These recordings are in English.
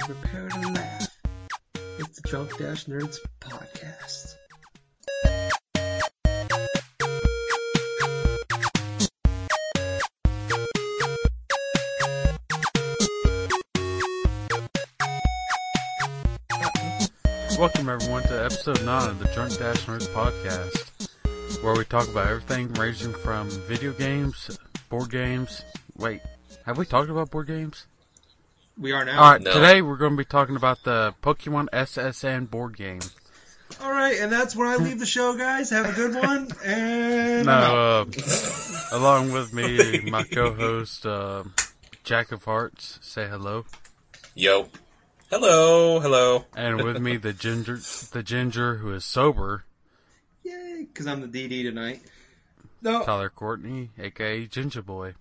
prepare to laugh. It's the Drunk Dash Nerds podcast. Welcome everyone to episode 9 of the Drunk Dash Nerds podcast, where we talk about everything ranging from video games, board games. Wait, have we talked about board games? We are now. Alright, No. today we're going to be talking about the Pokemon SSN board game. All right, and that's where I leave the show, guys. Have a good one. And Now, uh, along with me, my co-host, uh, Jack of Hearts, say hello. Yo. Hello, hello. And with me, the ginger, the ginger who is sober, yay, because I'm the DD tonight. No, Tyler Courtney, aka Ginger Boy.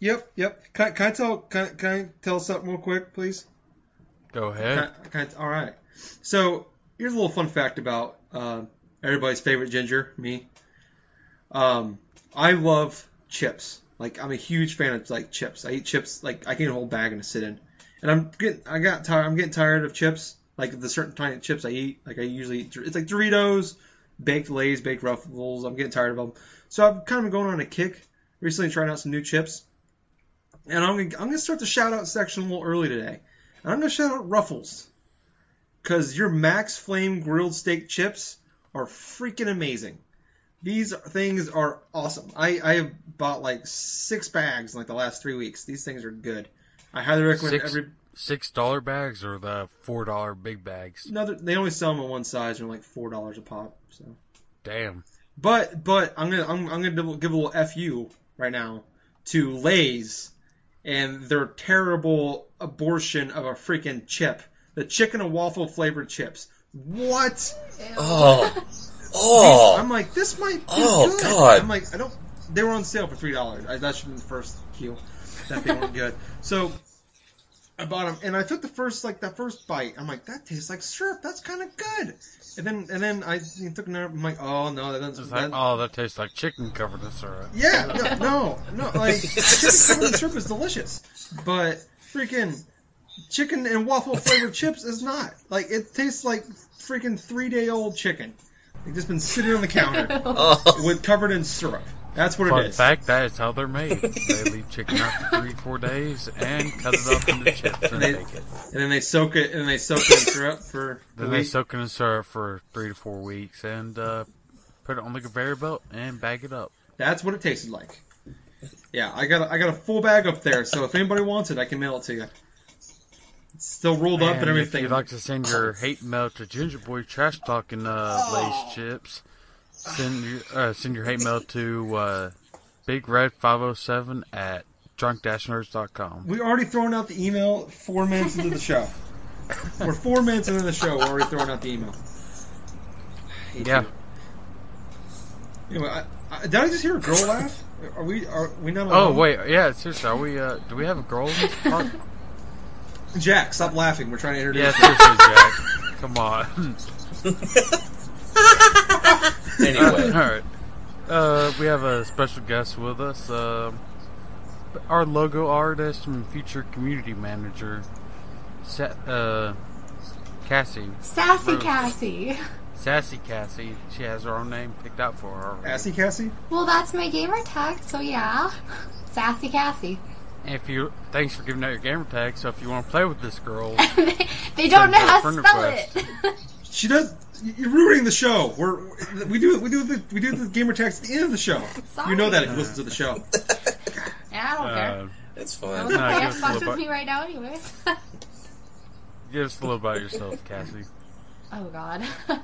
yep, yep. Can, I- can I tell? Can, I- can I tell something real quick, please? Go Can ahead. I- can I- all right. So here's a little fun fact about uh, everybody's favorite ginger, me. Um, I love chips. Like I'm a huge fan of like chips. I eat chips like I can eat a whole bag and sit in. And I'm getting I got tired. I'm getting tired of chips. Like the certain kind of chips I eat. Like I usually eat, it's like Doritos, baked Lay's, baked Ruffles. I'm getting tired of them. So I've kind of been going on a kick recently, trying out some new chips. And I'm gonna, I'm gonna start the shout out section a little early today. And I'm gonna shout out Ruffles, cause your Max Flame grilled steak chips are freaking amazing. These things are awesome. I I have bought like six bags in like the last three weeks. These things are good. I highly recommend Six- every. Six dollar bags or the four dollar big bags? Another, they only sell them in one size. and They're like four dollars a pop. So. Damn. But but I'm gonna I'm, I'm gonna double- give a little fu right now to Lay's and their terrible abortion of a freaking chip, the chicken and waffle flavored chips. What? Oh. Oh. I'm like this might be Oh, good. God. I'm like I don't. They were on sale for three dollars. That should have been the first cue that they weren't good. So I bought them and I took the first like that first bite. I'm like that tastes like syrup. That's kind of good. And then and then I took another. I'm like oh no that doesn't. It's that- like, oh, that tastes like chicken covered in syrup. Yeah, no, no, no like chicken covered in syrup is delicious, but freaking chicken and waffle flavored chips is not. Like it tastes like freaking three day old chicken. Like just been sitting on the counter Oh. with covered in syrup. That's what it Fun is. fact, that is how they're made. They leave chicken out for three, four days and cut it up into chips and They- bake it. And then they soak it, and they soak it in syrup for. a Then they week. soak it in syrup for three to four weeks and uh, put it on the conveyor belt and bag it up. That's what it tasted like. Yeah, I got a, I got a full bag up there, so if anybody wants it, I can mail it to you. It's still rolled up and And if everything. you'd like to send your hate mail to Ginger Boy Trash Talking uh, Lace Chips, send your, uh, send your hate mail to uh, Big Red 507 at drunk-nerds.com. We already thrown out the email four minutes into the show. We're four minutes into the show. We're already throwing out the email. Hate Yeah. you. Anyway, I, I, did I just hear a girl laugh? Are we are we not? Oh Alone? wait, yeah, seriously, are we? Uh, do we have a girl in this part? Jack, stop laughing. We're trying to Yeah, introduce. seriously, Jack. Come on. All Anyway. right. Uh, we have a special guest with us. Um our logo artist and future community manager, Sa- uh, Cassie. Sassy Rose. Cassie. Sassy Cassie. She has her own name picked out for her. already. Assy Cassie. Well, that's my gamer tag, so yeah. Sassy Cassie. And if you, thanks for giving out your gamer tag. So if you want to play with this girl, they Send don't know her a how friend to spell request. it. She does. You're ruining the show. We're we do we do the we do the gamer tags at the end of the show. You know that if you listen to the show. yeah, I don't care. uh, It's I fun. don't play give us a Xbox little with bu- me right now, anyways. give us a little about yourself, Cassie. oh God.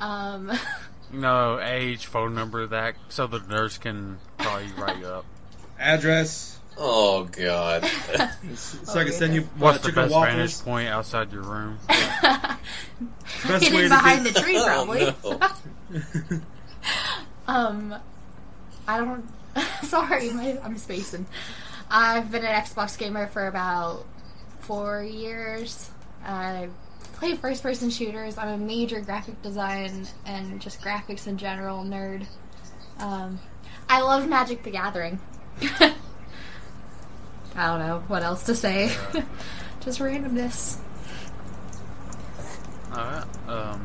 um, No age, phone number, that so the nurse can call you, write you up. Address. Oh god. Um, So I can send you uh, What's the chicken best vantage waffles. point outside your room? Best way to hidden behind get- the tree, probably. Oh, Um, I don't. sorry, my, I'm spacing. I've been an Xbox gamer for about four years. I play first person shooters. I'm a major graphic design and just graphics in general nerd. Um, I love Magic the Gathering. I don't know what else to say. just randomness. Alright. Um, Uh.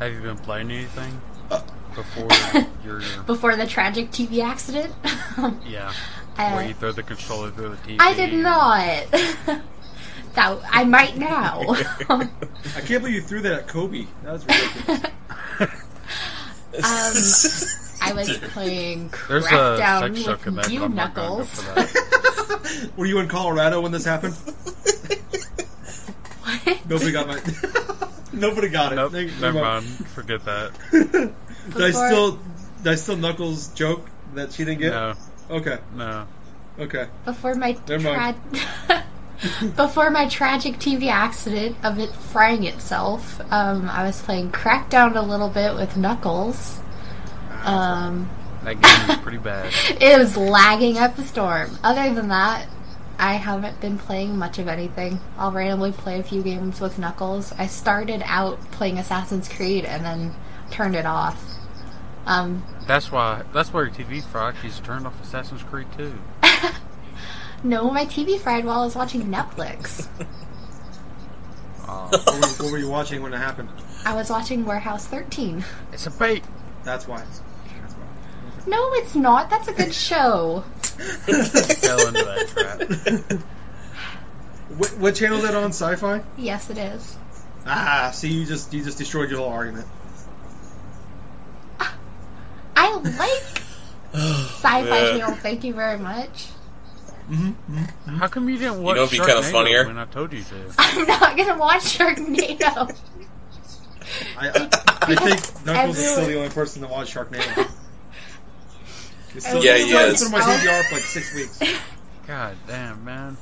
have you been playing anything before your. Before the tragic TV accident, Yeah. Where I, you throw the controller through the TV. I did not. that I might now. I can't believe you threw that at Kobe. That was ridiculous. I was playing There's a Crackdown sex joke in with that. you, but I'm not gonna go Knuckles. for that. Were you in Colorado when this happened? Nobody got my. Nobody got it. Nope, Never never mind. mind. Forget that. Did I Before- still, did I still Knuckles joke that she didn't get? No, Okay, no. okay. Before my Never mind. tra- before my tragic TV accident of it frying itself, um, I was playing Crackdown a little bit with Knuckles. Ah. Um, That game is pretty bad. it was lagging up a storm. Other than that, I haven't been playing much of anything. I'll randomly play a few games with Knuckles. I started out playing Assassin's Creed and then turned it off. Um, That's why. That's why your TV fried. She's turned off Assassin's Creed 2. no, my TV fried while I was watching Netflix. Oh, What were, what were you watching when it happened? I was watching Warehouse 13. it's a bait. That's why. That's why. No, it's not. That's a good show. Fell into that trap. What, what channel is that on? Sci-fi. Yes, it is. Ah, see, you just you just destroyed your little argument. I like sci-fi Yeah. channel. Thank you very much. How come you didn't watch? know it'd be kinda Sharknado funnier. When I told you to. I'm not gonna watch Sharknado. I, I, I think Knuckles is still everyone- the only person that watched Sharknado. It's still- Yeah, he It's is. been on my DVR for like six weeks. God damn, man.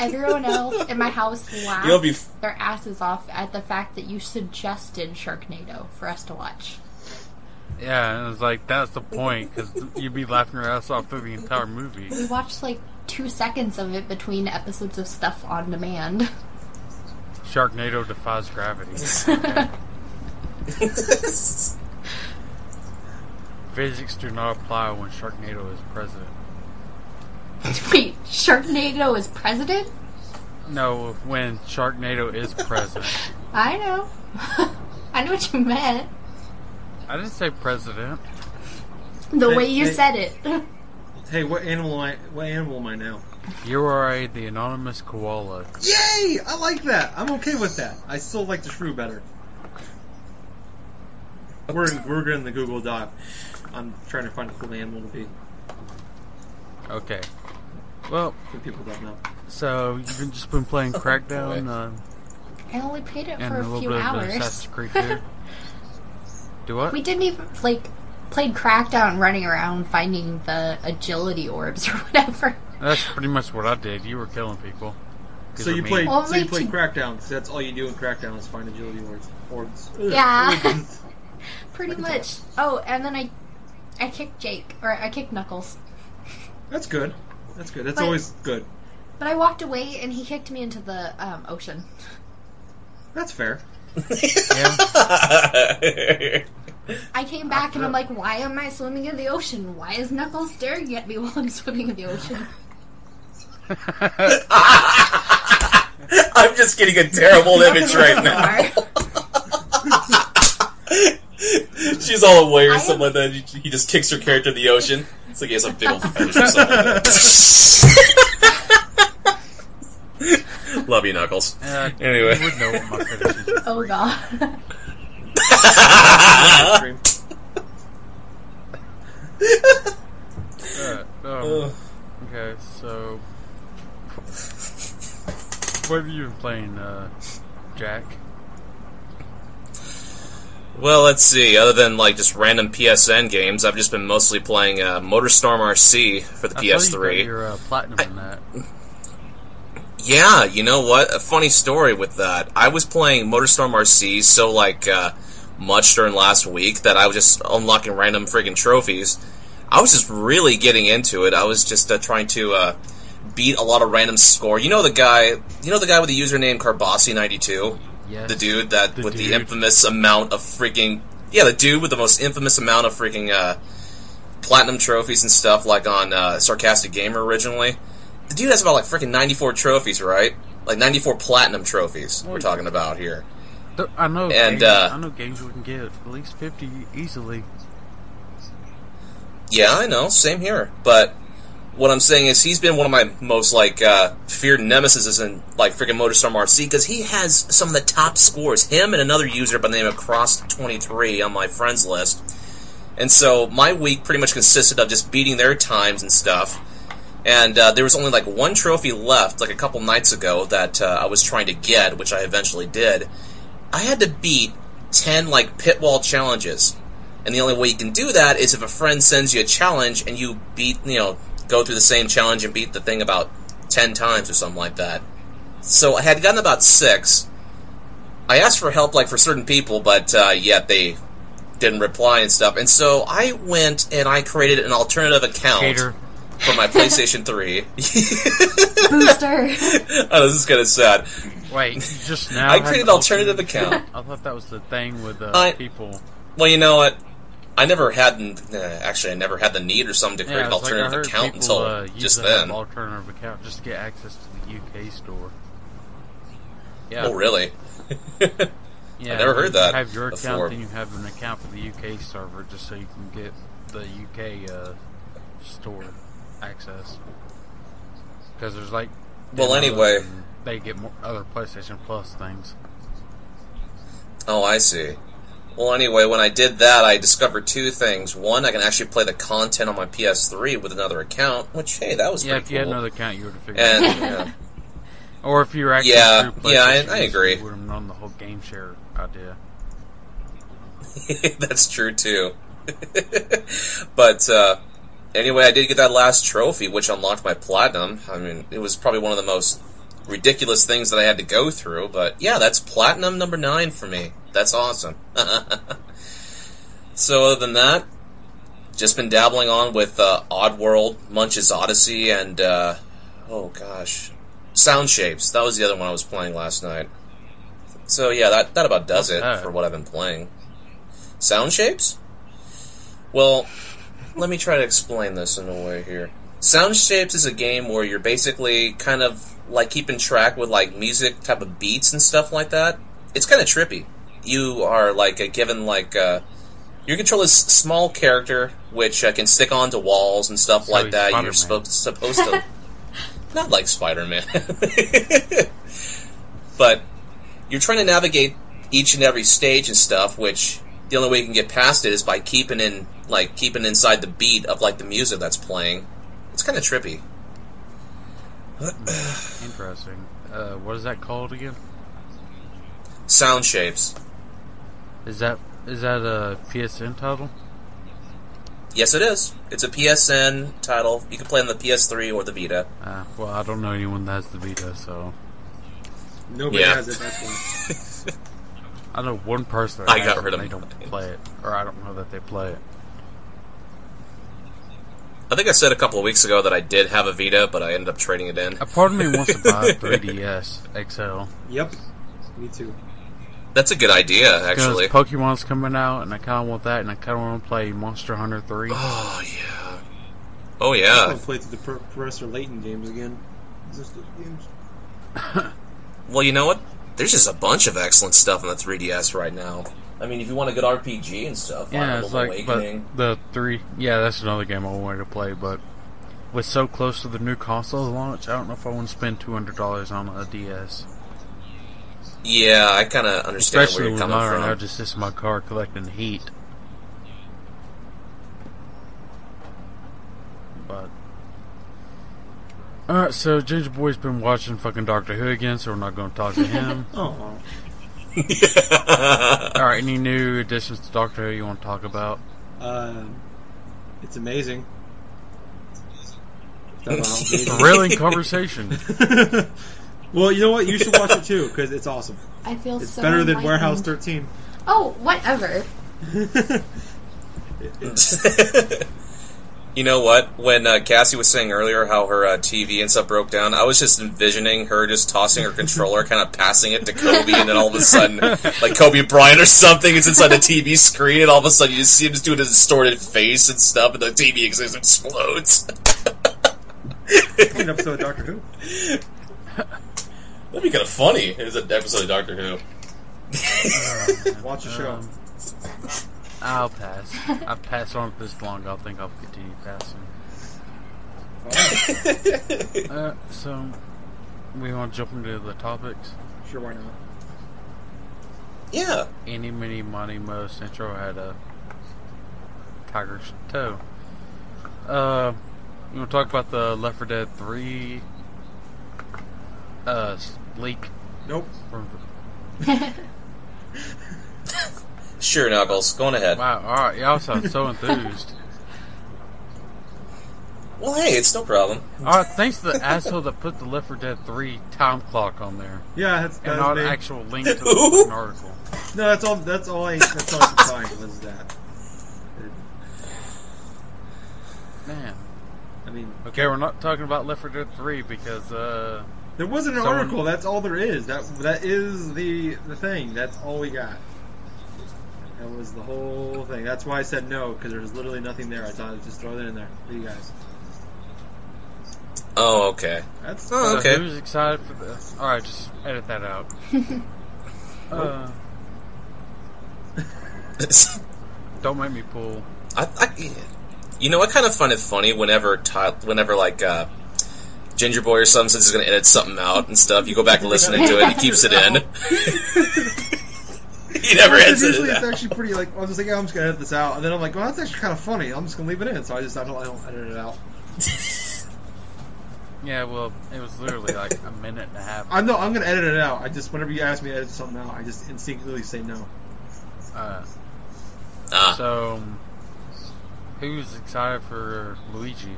Everyone else in my house laughed You'll be. their asses off at the fact that you suggested Sharknado for us to watch. Yeah, and it was like that's the point because you'd be laughing your ass off through the entire movie. We watched like two seconds of it between episodes of stuff on demand. Sharknado defies gravity. Physics do not apply when Sharknado is present. Wait, Sharknado is president? No, when Sharknado is present. I know. I know what you meant. I didn't say president. The They- way you they- said it. Hey, what animal am I? What animal am I now? You are a the anonymous koala. Yay! I like that. I'm okay with that. I still like the shrew better. We're we're in the Google Doc. I'm trying to find a cool animal to be Okay. Well, for people that know. so you've been- just been playing Crackdown uh, I only played it and a for Oh, a little few bit of hours. Assassin's Creed 2. Do what? We didn't even like played Crackdown, running around finding the agility orbs or whatever. That's pretty much what I did. You were killing people. 'Cause So of you me. played. So Only you played to- Crackdown. 'cause that's all you do in Crackdown is find agility orbs. orbs. Ugh. Yeah. Pretty much. Oh, and then I, I kicked Jake or I kicked Knuckles, That's good. That's good. That's But- always good. but I walked away and he kicked me into the um, ocean. That's fair. Yeah. I came back and I'm like, why am I swimming in the ocean? Why is Knuckles staring at me while I'm swimming in the ocean? I'm just getting a terrible image right now. She's all aware I of am- someone that he he just kicks her character in the ocean. It's like he has a big old fetish or something. Love you, Knuckles. Yeah, Anyway. You would know what my fetish is. Oh god. Dream. Alright, um, Ugh. okay, so. What have you been playing, uh, Jack? Well, let's see. Other than like just random PSN games, I've just been mostly playing uh, MotorStorm RC for the I saw you PS3. got your uh, platinum in that. Yeah, you know what? A funny story with that. I was playing MotorStorm RC so like uh, much during last week that I was just unlocking random friggin' trophies. I was just really getting into it. I was just uh, trying to uh, beat a lot of random score. You know the guy. You know the guy with the username Carbossi92. Yes. The dude that The with the dude. infamous amount of freaking yeah, the dude with the most infamous amount of freaking uh, platinum trophies and stuff like on uh, Sarcastic Gamer originally. The dude has about like freaking 94 trophies, right? like 94 platinum trophies we're talking about here. Th- I know. And, games, uh, I know games we can get at least fifty easily. Yeah, I know. Same here. But what I'm saying is he's been one of my most like uh, feared nemesis in like freaking MotorStorm RC because he has some of the top scores. Him and another user by the name of Cross23 on my friends list. And so my week pretty much consisted of just beating their times and stuff. And uh, there was only like one trophy left, like a couple nights ago, that uh, I was trying to get, which I eventually did. I had to beat 10 like pit wall challenges. And the only way you can do that is if a friend sends you a challenge and you beat, you know, go through the same challenge and beat the thing about 10 times or something like that. So I had gotten about six. I asked for help, like, for certain people, but uh, yet they didn't reply and stuff. And so I went and I created an alternative account Cater. for my PlayStation 3. Booster. oh, this is kind of sad. Wait, you just now. I had created an alternative account. I thought that was the thing with uh, I- people. Well, you know what? I never had, uh, actually, I never had the need or something to create Yeah, an it's like I alternative heard account people, until uh, use just that then. alternative account just to get access to the UK store. Yeah. Oh, really? Yeah, never heard you that Have your account, before. then you have an account for the UK server, just so you can get the UK uh, store access. Because there's like. Well, demos anyway. and they get more other PlayStation Plus things. Oh, I see. Well, anyway, when I did that, I discovered two things. One, I can actually play the content on my PS3 with another account, which, hey, that was Yeah, pretty if you had cool. another account, you would have figured. and it out. yeah. Or if you were actually Yeah, through yeah, I- PlayStation, I you agree. Would have known the whole game share idea. that's true too. but uh, anyway, I did get that last trophy, which unlocked my platinum. I mean, it was probably one of the most ridiculous things that I had to go through. But yeah, that's platinum number nine for me. That's awesome. so other than that, just been dabbling on with uh, Oddworld, Munch's Odyssey, and uh, oh gosh, Sound Shapes. That was the other one I was playing last night. So yeah, that that about does it that? for what I've been playing. Sound shapes? Well, let me try to explain this in a way here. Sound shapes is a game where you're basically kind of like keeping track with like music type of beats and stuff like that. It's kind of trippy. You are like a given like uh, you control this small character which uh, can stick onto walls and stuff So like he's that. You're Spider-Man. supposed supposed to not like Spider Man, but you're trying to navigate each and every stage and stuff, which the only way you can get past it is by keeping in like keeping inside the beat of like the music that's playing. It's kind of trippy. Interesting. Uh, what is that called again? Sound shapes. Is that is that a PSN title? Yes, it is. It's a PSN title. You can play on the PS3 or the Vita. Uh, well, I don't know anyone that has the Vita, so Nobody Yeah. has it. That's why. I know one person. I has got it, rid of They mine. don't play it, or I don't know that they play it. I think I said a couple of weeks ago that I did have a Vita, but I ended up trading it in. A part of me wants to buy a 3DS XL Yep. Me too. That's a good idea, because actually. Pokemon's coming out, and I kind of want that, and I kind of want to play Monster Hunter 3. Oh yeah. Oh I'll yeah. play through the Pro- Professor Layton games again. Is this the games? Well, you know what? There's just a bunch of excellent stuff on the 3DS right now. I mean, if you want a good RPG and stuff, yeah, Fire it's Emblem like Awakening. but the three. Yeah, that's another game I wanted to play, but with so close to the new console launch, I don't know if I want to spend two hundred dollars on a DS, Yeah, I kind of understand especially where when you're coming mine from. right now just sits in my car collecting heat. But. Alright, so Ginger Boy's been watching fucking Doctor Who again, so we're not gonna talk to him. Oh, Alright, any new additions to Doctor Who you wanna talk about? uh, it's amazing. That's about amazing. Thrilling conversation. well, you know what? You should watch it too because it's awesome. I feel It's so better than enlightened. Warehouse 13. Oh, whatever. you know what? When uh, Cassie was saying earlier how her uh, TV and stuff broke down, I was just envisioning her just tossing her controller, kind of passing it to Kobe, and then all of a sudden, like Kobe Bryant or something is inside the TV screen, and all of a sudden you just see him just doing a distorted face and stuff, and the TV just explodes. An episode of Doctor Who. That'd be kind of funny. It's an episode of Doctor Who. Uh, Watch the show. Um, I'll pass. I've passed on this long. I think I'll continue passing. Oh, Uh, so, we want to jump into the topics. sure, why not? Yeah. Any, mini, money, mo, Central had a tiger's toe. Uh, we want to talk about the Left 4 Dead 3 uh, s- leak Nope. from. Sure, Knuckles. Go on ahead. Wow, alright, y'all sound so enthused. Well, hey, it's no problem. Alright, thanks to the asshole that put the Left 4 Dead 3 time clock on there. Yeah, that's and that's not me. an actual link to the fucking article. No, that's all. That's all I. That's all I could find was that. It- Man. I mean, Okay, we're not talking about Left 4 Dead 3 because, uh, there wasn't an Someone- article. That's all there is. That that is the the thing. That's all we got. That was the whole thing. That's why I said no because there was literally nothing there. I thought I'd just throw that in there for you guys. Oh, okay. That's Oh, so okay. who's excited for this? Alright, just edit that out. uh, don't make me pull. I, I, you know, I kind of find it funny whenever, Ty, whenever like uh, Ginger Boy or something since he's going to edit something out and stuff. You go back and listen to it, he keeps it in. he never edits it. usually it's out. actually pretty. Like I was like, oh, I'm just gonna edit this out, and then I'm like, well, that's actually kind of funny. I'm just gonna leave it in. So I just I don't I don't edit it out. Yeah, well, it was literally like a minute and a half. I'm no, I'm gonna edit it out. I just whenever you ask me to edit something out, I just instinctively say no. Uh, Ah. so, um, who's excited for Luigi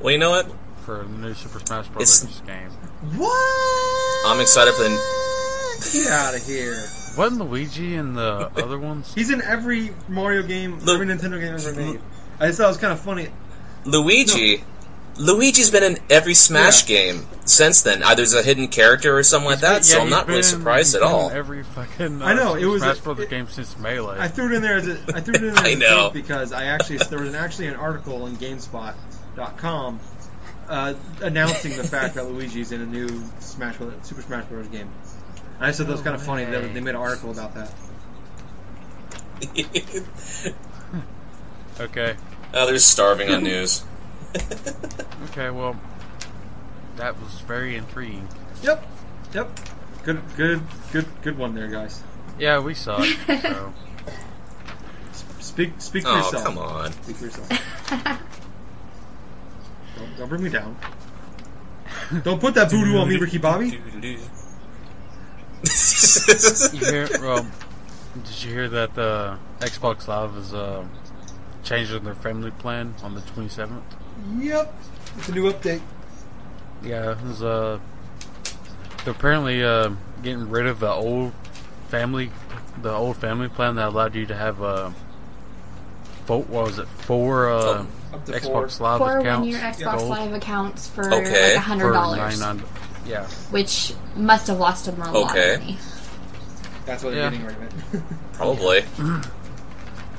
Well, you know what? for the new Super Smash It's- Bros. game? What? I'm excited for the. Get out of here. Wasn't Luigi in the other ones? He's in every Mario game, Look- every Nintendo game ever made. I just thought it was kind of funny. Luigi. Luigi's been in every Smash Yeah. game since then. Either as a hidden character or something like that. Yeah, so I'm he's not really been- surprised he's at been all. in Every fucking uh, I know, it was Smash a- Brothers it- game since Melee. I threw it in there as a, I threw it in there I as a know. joke because I actually there was an, actually an article on GameSpot.com uh, announcing the fact that Luigi's in a new Smash Bros. Super Smash Bros. game. And I just thought that was kind of funny. That they made an article about that. okay, oh, they're starving on news. okay, well, that was very intriguing. Yep, yep. Good, good, good, good one there, guys. Yeah, we suck. so. Speak, speak for Oh, yourself. come on. Speak for yourself. don't, don't bring me down. Don't put that voodoo on me, Ricky Bobby. You hear? Well, did you hear that uh, Xbox Live is uh, changing their family plan on the 27th? Yep, it's a new update. Yeah, it was, uh, they're apparently uh, getting rid of the old family, the old family plan that allowed you to have uh, four, what was it, four uh, Up to Xbox four. Live For accounts, when your Xbox gold, Live accounts for Okay. like for hundred dollars, 99 Yeah, which must have lost them a lot Okay. of money. That's what they're Yeah. getting rid of it. Probably.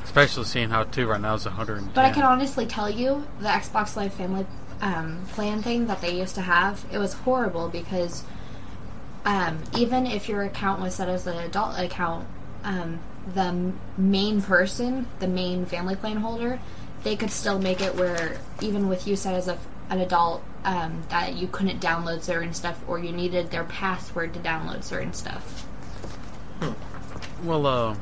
especially seeing how two right now is 110. But I can honestly tell you the Xbox Live Family um, plan thing that they used to have, it was horrible because um, even if your account was set as an adult account, um, the m- main person, the main family plan holder, they could still make it where even with you set as a, an adult, um, that you couldn't download certain stuff or you needed their password to download certain stuff. Well, uh,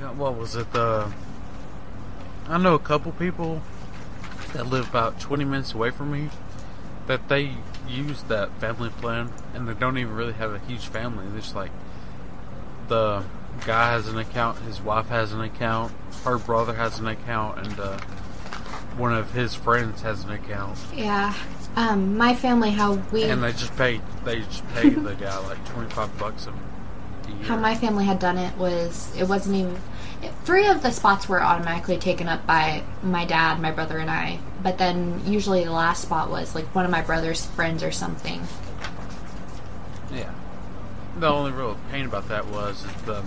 God, what was it? The I know a couple people that live about 20 minutes away from me that they use that family plan, and they don't even really have a huge family. They're just like the guy has an account, his wife has an account, her brother has an account, and uh, one of his friends has an account, Yeah. Um, my family, how we and they just pay they just pay the guy like 25 bucks a a year. how my family had done it was it wasn't even it, three of the spots were automatically taken up by my dad my brother and i but then usually the last spot was like one of my brother's friends or something Yeah. The only real pain about that was the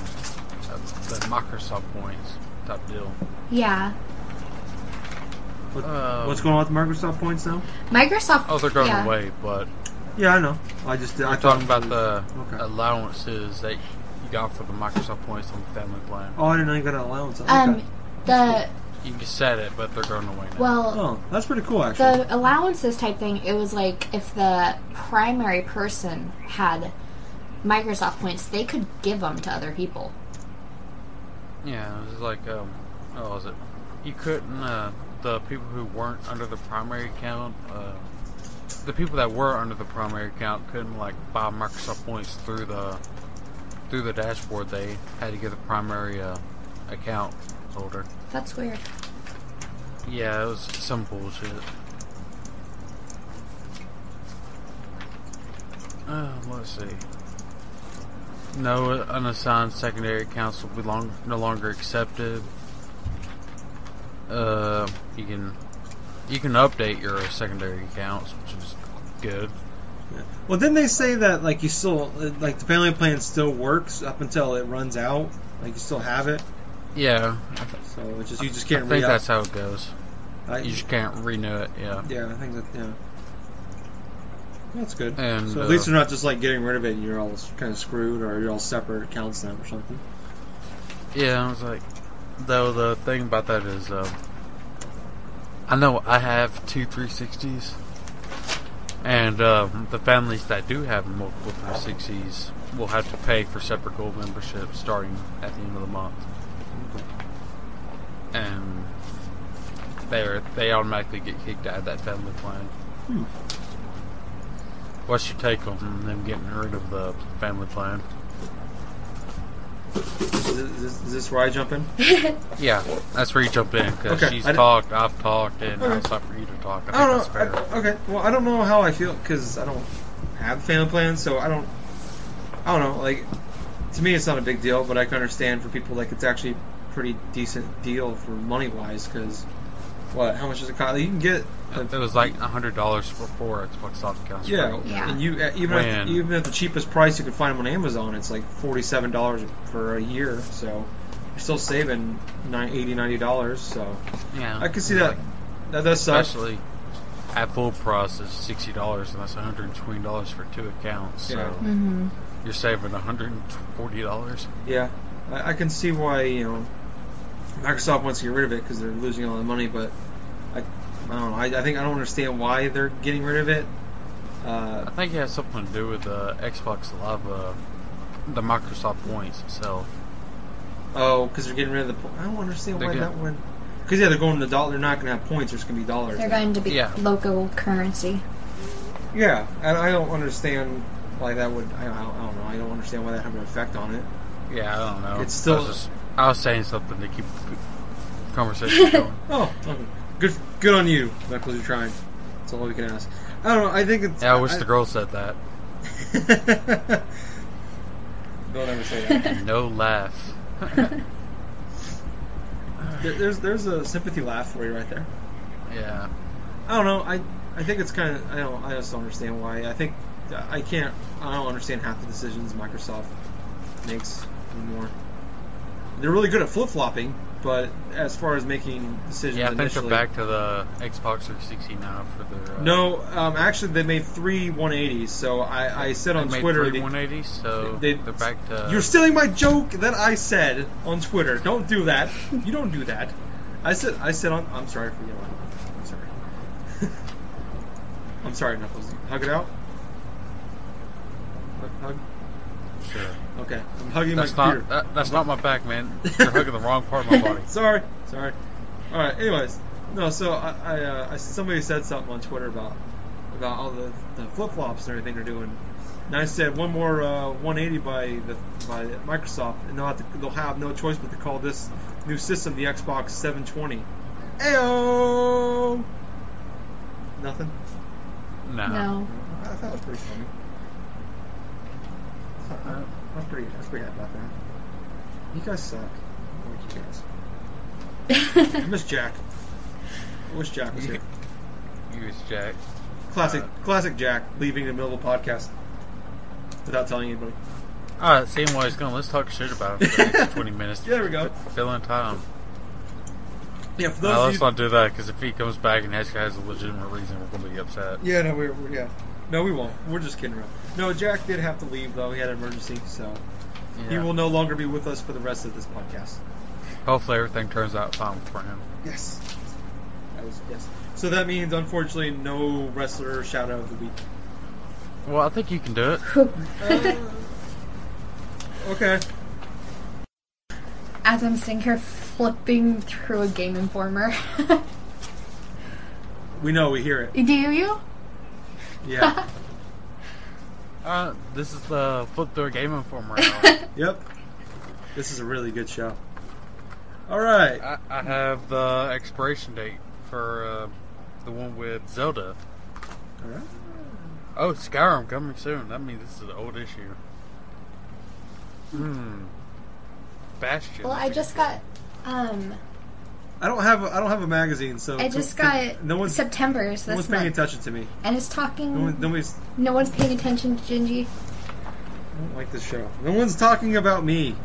the Microsoft points type deal. yeah What, Uh, what's going on with Microsoft points now? Microsoft. Oh, they're going yeah. away, but Yeah, I know. I just I I'm thought talking about the Okay. allowances that you got for the Microsoft points on the family plan. Oh, I didn't know you got an allowance. Okay. Um, the You can set it, but they're going away now. well, oh, that's pretty cool actually. the allowances type thing. It was like if the primary person had Microsoft points, they could give them to other people. yeah, it was like um, what was it? You couldn't uh, the people who weren't under the primary account. Uh, the people that were under the primary account couldn't like buy Microsoft points through the through the dashboard. They had to get the primary uh, account holder. That's weird. Yeah, it was some bullshit. Uh, let's see. No unassigned secondary accounts will be long, no longer accepted. Uh, you can you can update your secondary accounts, which is good. well, didn't they say that like you still like the family plan still works up until it runs out? Like you still have it, Yeah, I so it's just you just think can't read that's how it goes. I, You just can't renew it. Yeah. Yeah, I think that yeah. That's good. And, so at uh, least they're not just like getting rid of it and you're all kind of screwed or you're all separate accounts now or something. Yeah, I was like, though the thing about that is, uh, I know I have two 360s, and um, the families that do have multiple 360s will have to pay for separate gold memberships starting at the end of the month, and they are, they automatically get kicked out of that family plan. What's your take on them getting rid of the family plan? Is this, is this where I jump in? Yeah, that's where you jump in because Okay, she's I d- talked, I've talked, and Okay. now it's time for you to talk. I think I that's don't know. fair. I, okay. Well, I don't know how I feel because I don't have family plans, so I don't. I don't know. Like, to me, it's not a big deal, but I can understand for people like it's actually a pretty decent deal for money wise because what? How much does it cost? You can get. A, it was like hundred dollars for four Xbox Live accounts. yeah, Yeah. and you uh, even at, When- even at the cheapest price you could find them on Amazon, it's like forty seven dollars for a year. So you're still saving nine eighty ninety dollars. So yeah. I can see that. That does suck. Especially at full price is sixty dollars, and that's one hundred and twenty dollars for two accounts. So Yeah. Mm-hmm. you're saving one hundred and forty dollars. Yeah, I, I can see why you know Microsoft wants to get rid of it because they're losing all the money. But I, I don't know. I, I think I don't understand why they're getting rid of it. Uh, I think it has something to do with the Xbox Live, uh, the Microsoft points itself. oh, because they're getting rid of the. po- I don't understand They're why getting- that one. Because yeah, they're going to dollar. They're not going to have points. There's going to be dollars. They're going to be Yeah. local currency. Yeah, and I don't understand why that would. I, I, don't, I don't know. I don't understand why that had an effect on it. Yeah, I don't know. It's I still- was, just- I was saying something to keep the conversation going. Oh, okay. good. Good on you, Knuckles. You're trying. That's all we can ask. I don't know. I think it's. Yeah, I wish the girl said that. don't ever say that. And no laugh. There- There's there's a sympathy laugh for you right there. Yeah. I don't know. I I think it's kind of I don't I just don't understand why. I think I can't I don't understand half the decisions Microsoft makes anymore. They're really good at flip flopping, but as far as making decisions, Yeah, I think they're initially, back to the Xbox 360 now for their. Uh, No, um, actually they made three 180s. So I, I said they on made Twitter, three the- 180s, so they- they, are back to. you're stealing my joke that I said on Twitter. Don't do that. you don't do that. I said I said on. I'm sorry for yelling. I'm sorry. I'm sorry, Knuckles. Hug it out. Hug. hug. Sure. Okay, I'm hugging That's my not computer. that, that's not my back, man. You're hugging the wrong part of my body. Sorry, sorry. All right. Anyways, no. So I, I, uh, I somebody said something on Twitter about about all the, the flip flops and everything they're doing. And I said one more uh, 180 by the by Microsoft, and they'll have, to, they'll have no choice but to call this new system the Xbox 720. Ayo. Nothing. No. No. I thought that was pretty funny. Uh, I was uh, pretty, I was pretty happy about that. You guys suck. I like you guys. I miss Jack. I wish Jack was You- here. You was Jack. Classic, classic Jack leaving in the middle of a podcast without telling anybody. All right, seeing why he's gone, let's talk shit about him for the next 20 minutes. Yeah, there we go. Fill in time. Yeah, for those No, of let's you, not do Oh, that because if he comes back and Heshka has a legitimate reason, we're going to be upset. yeah, no, we're, we're yeah, no, we won't. We're just kidding around. No, Jack did have to leave though; he had an emergency, so he Yeah. will no longer be with us for the rest of this podcast. Hopefully, everything turns out fine for him. Yes, that was yes. So that means, unfortunately, no wrestler shout out of the week. Well, I think you can do it. Okay, As I'm sitting here flipping through a Game Informer. we know we hear it. Do you? Yeah. Uh, this is the flip through a game informer. yep. This is a really good show. All right. I, I have the expiration date for uh, the one with Zelda. All right. Oh, Skyrim coming soon. That means this is an old issue. Hmm. Bastion. Well, I think just it's got. Um, I don't have a, I don't have a magazine, so I just got no one's September's no one's this paying month, attention to me. and it's No, one, talking. nobody's No one's paying attention to Gingy. I don't like this show. No one's talking about me.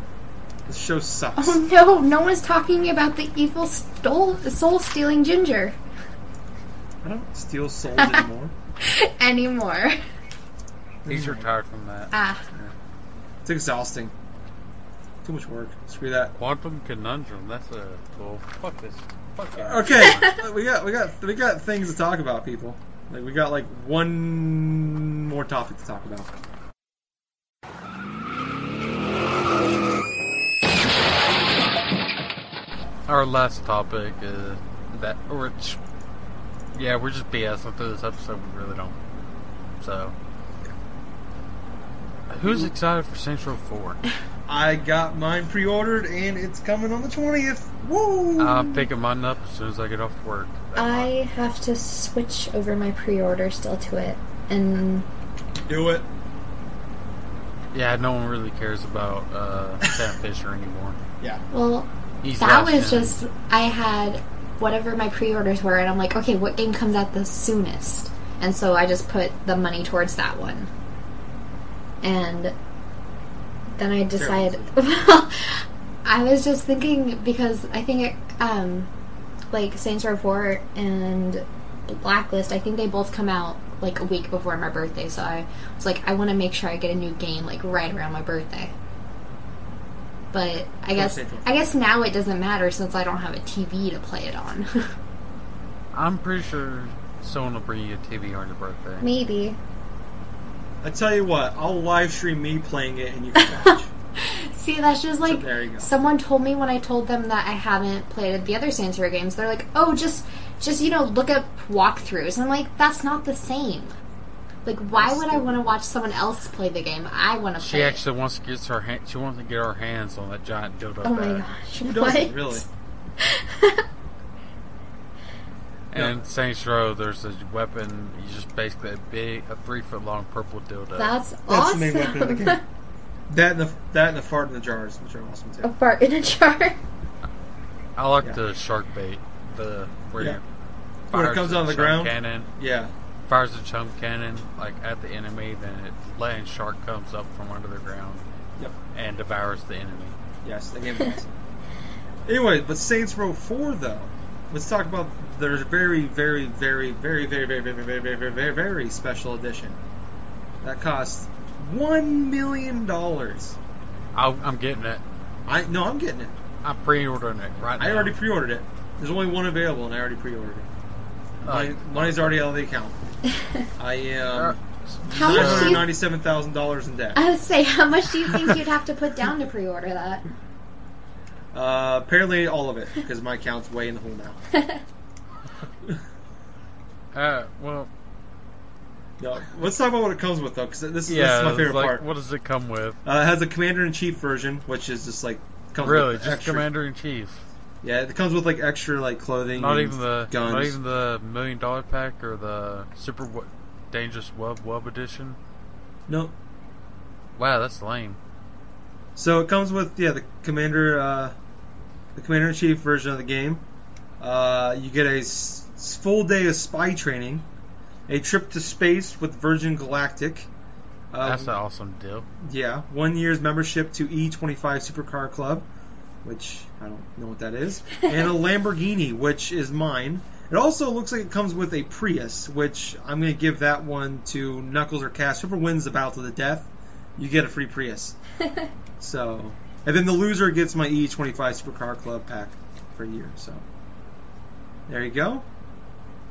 This show sucks. Oh no! No one's talking about the evil stole, soul stealing Ginger I don't steal souls anymore. anymore. He's retired from that. Ah, It's exhausting. Too much work. Screw that. Quantum Conundrum. That's a well. Fuck this. Fuck it. Okay, we got we got we got things to talk about, people. Like we got like one more topic to talk about. Our last topic is that, or it's, yeah, we're just BSing through this episode. We really don't. So, who's excited for Central Four? I got mine pre-ordered and it's coming on the twentieth. Woo! I'm picking mine up as soon as I get off work. I have to switch over my pre-order still to it, and Do it. Yeah, no one really cares about uh, Sam Fisher anymore. Yeah. well, He's that lost was him. just I had whatever my pre-orders were, and I'm like, okay, what game comes out the soonest? And so I just put the money towards that one, and then I decided. I was just thinking because I think it, um, like Saints Row Four and Blacklist, I think they both come out like a week before my birthday. So I was like, I want to make sure I get a new game like right around my birthday. But I guess Saints Row. I guess now it doesn't matter since I don't have a TV to play it on. I'm pretty sure someone will bring you a TV on your birthday. Maybe. I tell you what, I'll live stream me playing it and you can watch. See, that's just like there you go. someone told me when I told them that I haven't played the other Saints Row games. They're like, "Oh, just just you know, look up walkthroughs." And I'm like, "That's not the same." Like, why would I want to watch someone else play the game? I want to play. She it. actually wants to get her hand, she wants to get her hands on that giant dildo. bag. Oh my gosh! Who what? doesn't really? And Saints Row, there's a weapon. You just basically a big, a three foot long purple dildo. That's, That's the awesome. main weapon of the game. That and the that and the fart in the jars, which are awesome a too. fart in a jar. I like Yeah. the shark bait. The where Yeah. you When it fires comes the on the chum ground? cannon Yeah, fires the chum cannon like at the enemy. Then it lands shark comes up from under the ground Yep. and devours the enemy. yes, that game was awesome. Anyway, but Saints Row Four though, let's talk about their very, very, very, very, very, very, very, very, very, very, very, very special edition that costs one million dollars. I, I'm getting it. I no, I'm getting it. I'm pre-ordering it right now. I already pre-ordered it. There's only one available, and I already pre-ordered it. Like, Money, money's already out of the account. I uh, am How nine much do hundred you? ninety-seven thousand dollars in debt. I would say, how much do you think you'd have to put down to pre-order that? Uh, apparently all of it because my account's way in the hole now. uh, well, No, let's talk about what it comes with though, because this, is this yeah. is my favorite like, part. What does it come with? Uh, it has a commander in chief version, which is just like comes Really, with just extra, Commander in Chief. Yeah, it comes with like extra like clothing. Not and even the guns. not even the million dollar pack or the super w- dangerous web web edition. no. Wow, that's lame. So it comes with yeah the commander uh, the commander in chief version of the game. Uh, you get a s- full day of spy training, a trip to space with Virgin Galactic. Uh, That's an awesome deal. Yeah, one year's membership to E25 E Supercar Club, which I don't know what that is, and a Lamborghini, which is mine. It also looks like it comes with a Prius, which I'm going to give that one to Knuckles or Cass. Whoever wins the battle to the death, you get a free Prius. so, and then the loser gets my E25 Supercar Club pack for a year. So, there you go.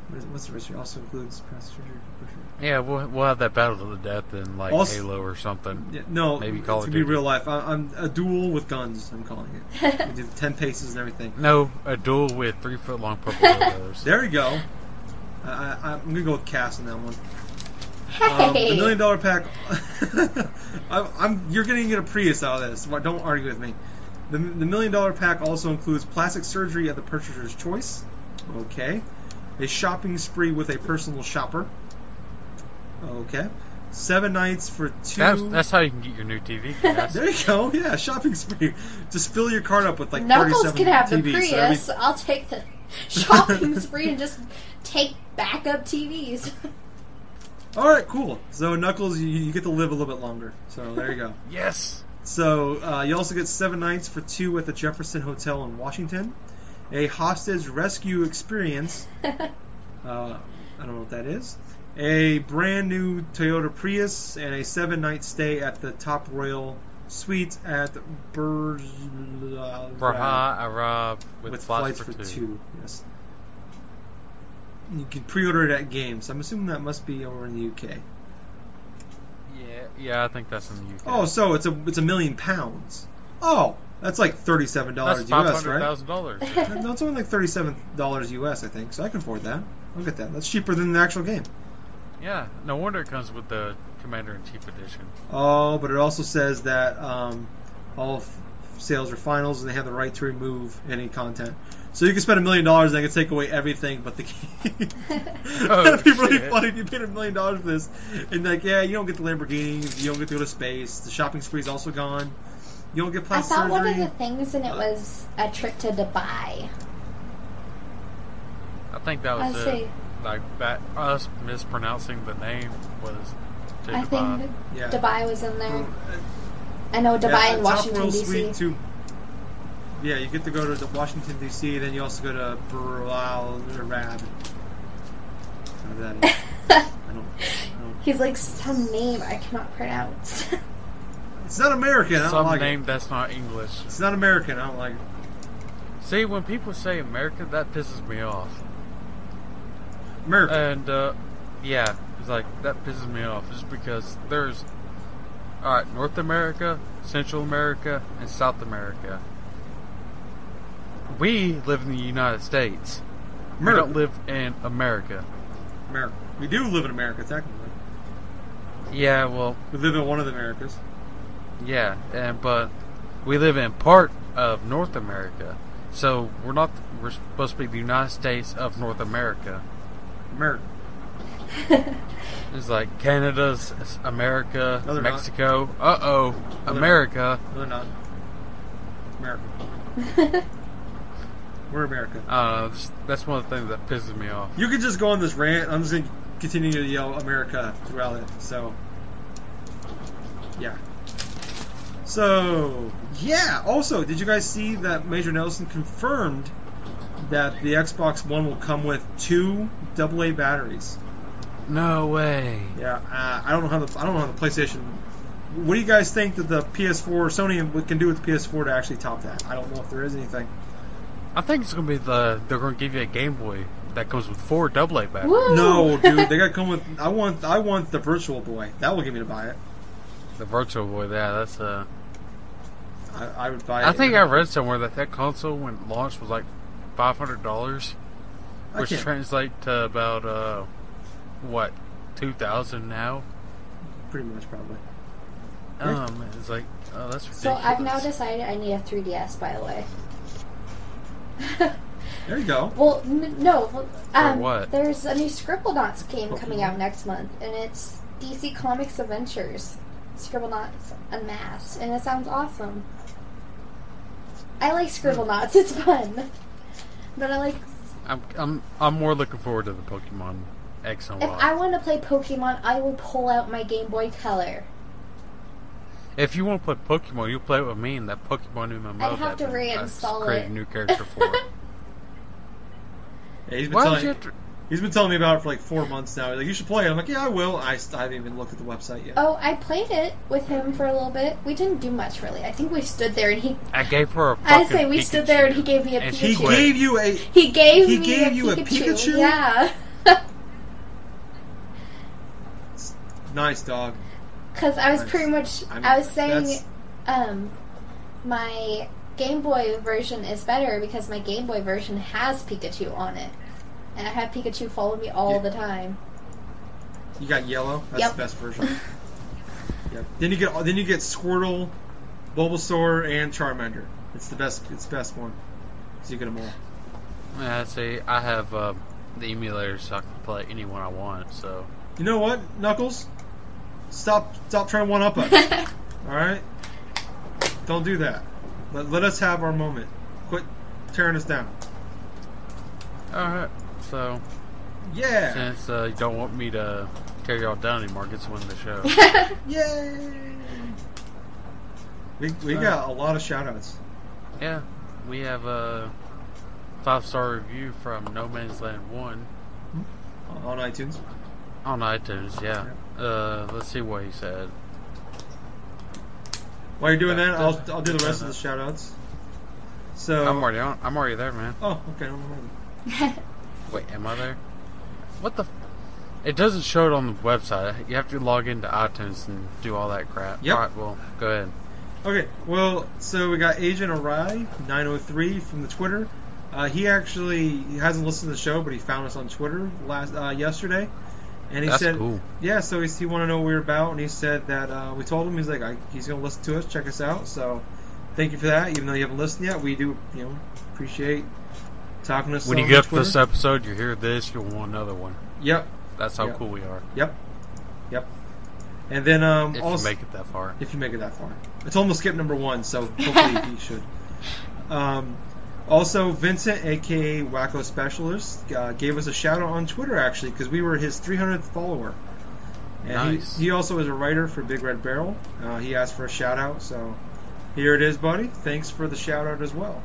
What is- What's the rest? Also includes passenger. Yeah, we'll, we'll have that battle to the death in like Also- Halo or something. Yeah, no, Maybe it's Call gonna of be Duty. real life. I, I'm a duel with guns. I'm calling it. we do ten paces and everything. No, a duel with three foot long purple dildos. There you go. I, I, I'm gonna go with Cass on that one. Um, the Hey. million dollar pack. I, I'm, you're gonna get a Prius out of this. Why- Don't argue with me. The, the million dollar pack also includes plastic surgery at the purchaser's choice. Okay. A shopping spree with a personal shopper. Okay. Seven nights for two. That's, that's how you can get your new TV. Cass. There you go. Yeah, shopping spree. Just fill your card up with like Knuckles 37 can have the TVs. So every- Prius. I'll take the shopping spree and just take backup TVs. All right, cool. So Knuckles, you, you get to live a little bit longer. So there you go. yes. So uh, you also get seven nights for two at the Jefferson Hotel in Washington, a hostage rescue experience. uh, I don't know what that is. A brand new Toyota Prius and a seven night stay at the Top Royal Suite at Burj Braha Arab with, with, flights, for, two. Yes. You can pre-order it at Games. I'm assuming that must be over in the UK. Yeah, yeah, I think that's in the UK. Oh, so it's a it's a million pounds. Oh, that's like thirty-seven that's dollars five US, hundred right? thousand dollars. No, it's only like thirty-seven dollars US, I think. So I can afford that. Look at that. That's cheaper than the actual game. Yeah, no wonder it comes with the Commander in Chief edition. Oh, but it also says that um, all f- sales are finals, and they have the right to remove any content. So you can spend a million dollars, and they can take away everything but the game. Oh, That'd be really shit. funny if you paid a million dollars for this, and like, yeah, you don't get the Lamborghini, you don't get to go to space, the shopping spree's also gone, you don't get I plastic thought one of surgery. the things in it was a trip to Dubai. I think that was I it. see. Like that, us mispronouncing the name was. to I divide. think Yeah. Dubai was in there. Uh, I know Dubai yeah, and Top Washington World Suite D.C. to- yeah, you get to go to the Washington D.C. Then you also go to Burlal Arab. Whatever that is. I don't. I don't He's like some name I cannot pronounce. It's not American. I don't Some like name it. that's not English. It's not American. I don't like it. See, when people say America, that pisses me off. American. And uh, yeah, it's like that pisses me off just because there's all right, North America, Central America, and South America. We live in the United States. We America. Uh, don't live in America. America. We do live in America, technically. Yeah, well, We live in one of the Americas. yeah, and but we live in part of North America. So we're not we're supposed to be the United States of North America. America. It's like Canada's America, No, they're not. Mexico. Uh oh, they're not. America. No, they're not. America. We're America. Uh, that's- that's one of the things that pisses me off. You could just go on this rant. I'm just going to continue to yell America throughout it. So, yeah. So, yeah. Also, did you guys see that Major Nelson confirmed that the Xbox One will come with two AA batteries? No way. Yeah, uh, I don't know how the I don't know how the PlayStation. What do you guys think that the PS4 Sony can do with the PS4 to actually top that? I don't know if there is anything. I think it's gonna be the they're gonna give you a Game Boy that comes with four double A batteries. Woo! No, dude, they got to come with. I want I want the Virtual Boy. That will get me to buy it. The Virtual Boy, yeah, that's uh. I, I would buy it. I think I read somewhere that that console when it launched was like five hundred dollars, I which can't- translates to about uh, what two thousand now. pretty much probably. Yeah. Um, it's like oh, that's ridiculous. So I've now decided I need a 3DS, by the way. There you go. Well, n- no. Um, what? There's a new Scribblenauts game coming out next month, and it's DC Comics Adventures Scribblenauts Unmasked, and it sounds awesome. I like Scribblenauts; it's fun. But I like I'm I'm I'm more looking forward to the Pokemon X and if I Y. want to play Pokemon, I will pull out my Game Boy Color. If you want to play Pokemon, you play it with me in that Pokemon MMO. I'd that have to I reinstall created it. a new character for. Yeah, he's been Why would telling you have to? he's been telling me about it for like four months now. He's like, you should play it. I'm like, yeah, I will. I, st- I haven't even looked at the website yet. Oh, I played it with him for a little bit. We didn't do much really. I think we stood there and he I gave her a. I fucking say we stood there and he Pikachu, gave me a and he she Pikachu. quit. gave you a he gave He me gave a you a Pikachu. Pikachu? Yeah. nice dog. Cuz I was Nice. pretty much I'm- I was saying that's- um my Game Boy version is better because my Game Boy version has Pikachu on it. And I have Pikachu follow me all Yeah. the time. You got yellow. That's Yep. the best version. yep. Then you get then you get Squirtle, Bulbasaur, and Charmander. It's the best. It's the best one. So you get them all. Yeah, I say I have um, the emulator, so I can play anyone I want. So You know what, Knuckles? Stop! Stop trying to one up us. all right. Don't do that. Let, let us have our moment. Quit tearing us down. all right. So Yeah. since uh, you don't want me to tear y'all down anymore, get someone in the show. Yay! We, we got a lot of shout outs. Yeah, we have a five star review from No Man's Land 1 on iTunes. on iTunes, yeah. Uh, let's see what he said. While you're doing Yeah, that, I'll, I'll do the rest of the that's- shout outs. So. I'm already on, I'm already there, man. Oh, okay. I'm already. Wait, am I there? What the? F- it doesn't show it on the website. You have to log into iTunes and do all that crap. Yep. Alright, well, go ahead. Okay, well, so we got Agent Arai, 903 from the Twitter. Uh, he actually he hasn't listened to the show, but he found us on Twitter last uh, yesterday, and he That's said, cool. "Yeah." So he, he wanted to know what we were about, and he said that uh, we told him he's like I, he's gonna listen to us, check us out. So thank you for that. Even though you haven't listened yet, we do you know appreciate talking to us. When you on get up to Twitter. this episode, you hear this, you'll want another one. yep, That's how Yeah. cool we are. yep, yep. And then um, If also you make it that far. if you make it that far. It's almost skip number one, so hopefully he should. Um, also, Vincent, aka Wacko Specialist, uh, gave us a shout out on Twitter actually because we were his 300th follower. And Nice. he, he also is a writer for Big Red Barrel. Uh, he asked for a shout out, so here it is, buddy. Thanks for the shout out as well.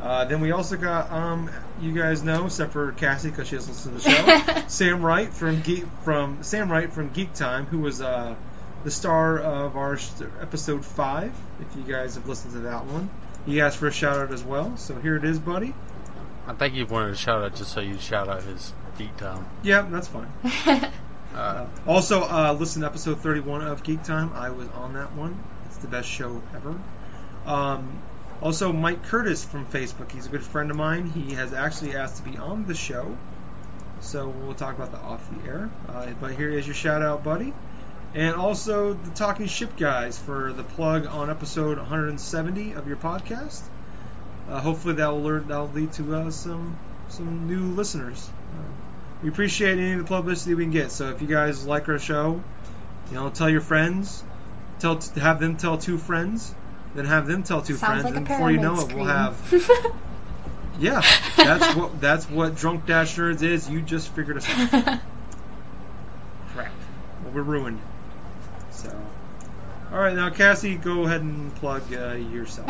Uh, then we also got, um, you guys know, except for Cassie because she doesn't listen to the show, Sam Wright from Geek from Sam Wright from Geek Time, who was uh, the star of our sh- episode five. If you guys have listened to that one, he asked for a shout out as well. So here it is, buddy. I think you wanted to shout out just so you shout out his geek time. Yeah, that's fine. Uh, Also, uh, listen to episode 31 of Geek Time. I was on that one. It's the best show ever. Um, also, Mike Curtis from Facebook. He's a good friend of mine. He has actually asked to be on the show. So we'll talk about that off the air. Uh, but here is your shout out, buddy. And also the Talking Ship guys for the plug on episode 170 of your podcast. Uh, hopefully that will learn, that'll lead to uh, some some new listeners. Uh, we appreciate any of the publicity we can get. So if you guys like our show, you know, tell your friends, tell have them tell two friends, then have them tell two Sounds friends, like a and before you pyramid know it, scheme. we'll have yeah. That's what that's what drunk dash nerds is. You just figured us out. Crap, well, we're ruined. So, all right, now Cassie, go ahead and plug uh, yourself.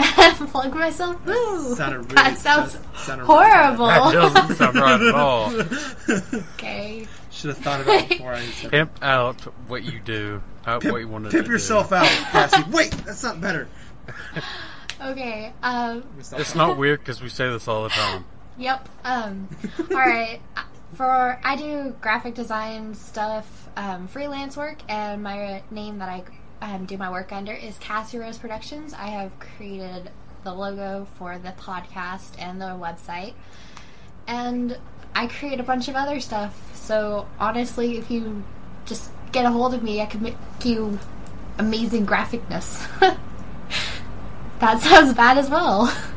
Plug myself. Ooh, sounded really- that sounds that sounded really bad. horrible. that doesn't sound right at all. okay. Should have thought about it before I said. Pimp out what you do, uh, what you want to Pimp do. yourself out, Cassie. Wait, that's not better. Okay. Um. It's not weird because we say this all the time. Yep. Um. All right. I- For I do graphic design stuff, um, freelance work, and my name that I um, do my work under is Cassie Rose Productions. I have created the logo for the podcast and the website, and I create a bunch of other stuff. So honestly, if you just get a hold of me, I can make you amazing graphicness. that sounds bad as well.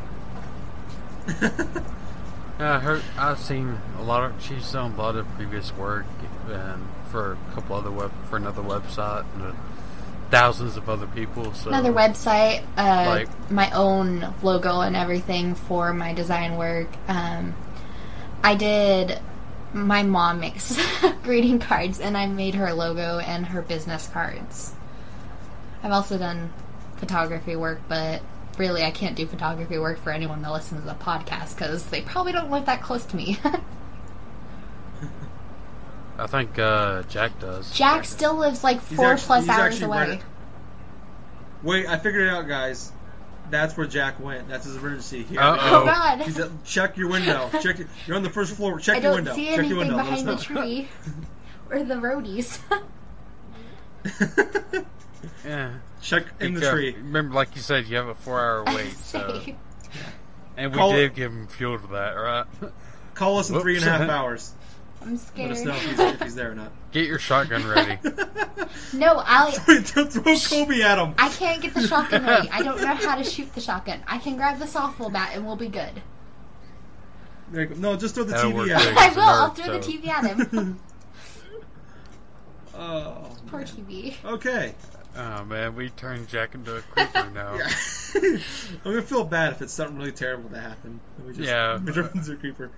Yeah, I heard, I've seen a lot of. She's done a lot of previous work um, for a couple other web for another website and uh, thousands of other people. So another website, uh, Like- my own logo and everything for my design work. Um, I did. My mom makes greeting cards, and I made her logo and her business cards. I've also done photography work, but really I can't do photography work for anyone that listens to the podcast because they probably don't live that close to me. I think uh, Jack does. Jack still lives like He's four actu- plus he's hours actually away. right- Wait, I figured it out, guys. That's where Jack went. That's his emergency. Here. Uh-oh. Oh God! He's at, check your window. Check. Your, you're on the first floor. Check I your don't window. see check anything your window. Let us behind the know. tree or the roadies. Yeah. check in the Because, tree. Remember, like you said, you have a four-hour wait, so Say, and we Call- did give him fuel to that, right? Call us in three and a Whoops. half hours. I'm Let scared. us know if he's, if he's there or not. Get your shotgun ready. no, I Throw Kobe at him. I can't get the shotgun ready. I don't know how to shoot the shotgun. I can grab the softball bat and we'll be good. There you go. No, just throw the That'll TV work at great. him. I will. I'll Nerf, throw the so- TV at him. Oh, Poor TV. okay. oh man, we turned Jack into a creeper now. Yeah. I'm gonna feel bad if it's something really terrible that happened. and We just, Yeah. We just a creeper.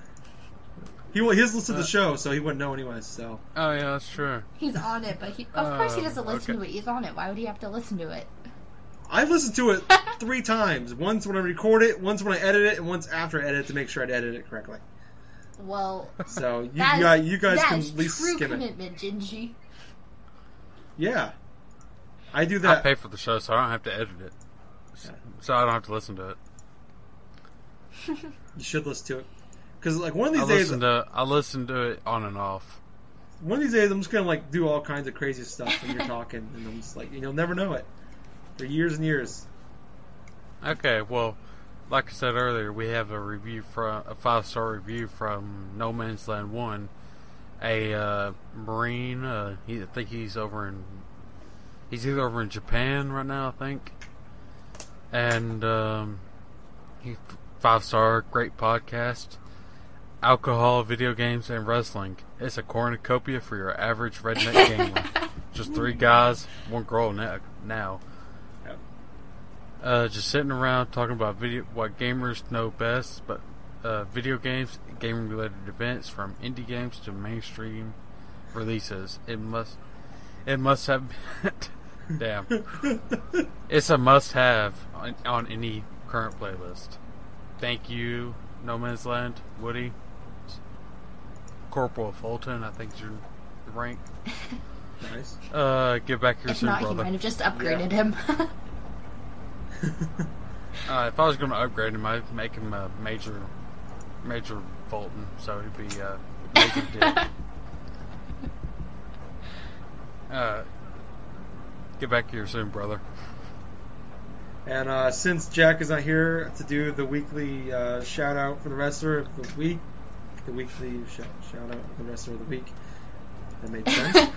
He wa- he's Uh. listened to the show, so he wouldn't know anyway. So Oh yeah, that's true. He's on it, but he, of course he Um, doesn't listen okay. to it. He's on it. Why would he have to listen to it? I've listened to it three times. Once when I record it, once when I edit it, and once after I edit it to make sure I edit it correctly. Well, So you, that is- guys, you guys that can is at least true skim it. commitment, Gingy. Yeah, I do I that. pay for the show, so I don't have to edit it, S- so I don't have to listen to it. you should listen to it because like one of I these days, listen to I listen to it on and off. one of these days, I'm just gonna like do all kinds of crazy stuff when you're talking, and I'm just like, you'll never know it for years and years. Okay, well, like I said earlier, we have a review from a five star review from No Man's Land One, a uh, Marine. Uh, he, I think he's over in he's either over in Japan right now, I think, and um, he five star great podcast. Alcohol, video games, and wrestling. It's a cornucopia for your average redneck gamer. Just three guys, one girl now. now uh, just sitting around talking about video what gamers know best, but uh, video games, gaming related events from indie games to mainstream releases. It must, it must have, been, damn, it's a must have on, on any current playlist. Thank you, No Man's Land, Woody, Corporal Fulton, I think is your rank. Nice. Uh, get back here If soon, not, he brother. might have just upgraded him. Uh, if I was going to upgrade him, I'd make him a major, major Fulton, so he'd be uh, major dick. Uh, get back here soon, brother. And uh, since Jack is not here to do the weekly uh, shout out for the wrestler of the week, the weekly shout, shout out for the wrestler of the week, that made sense.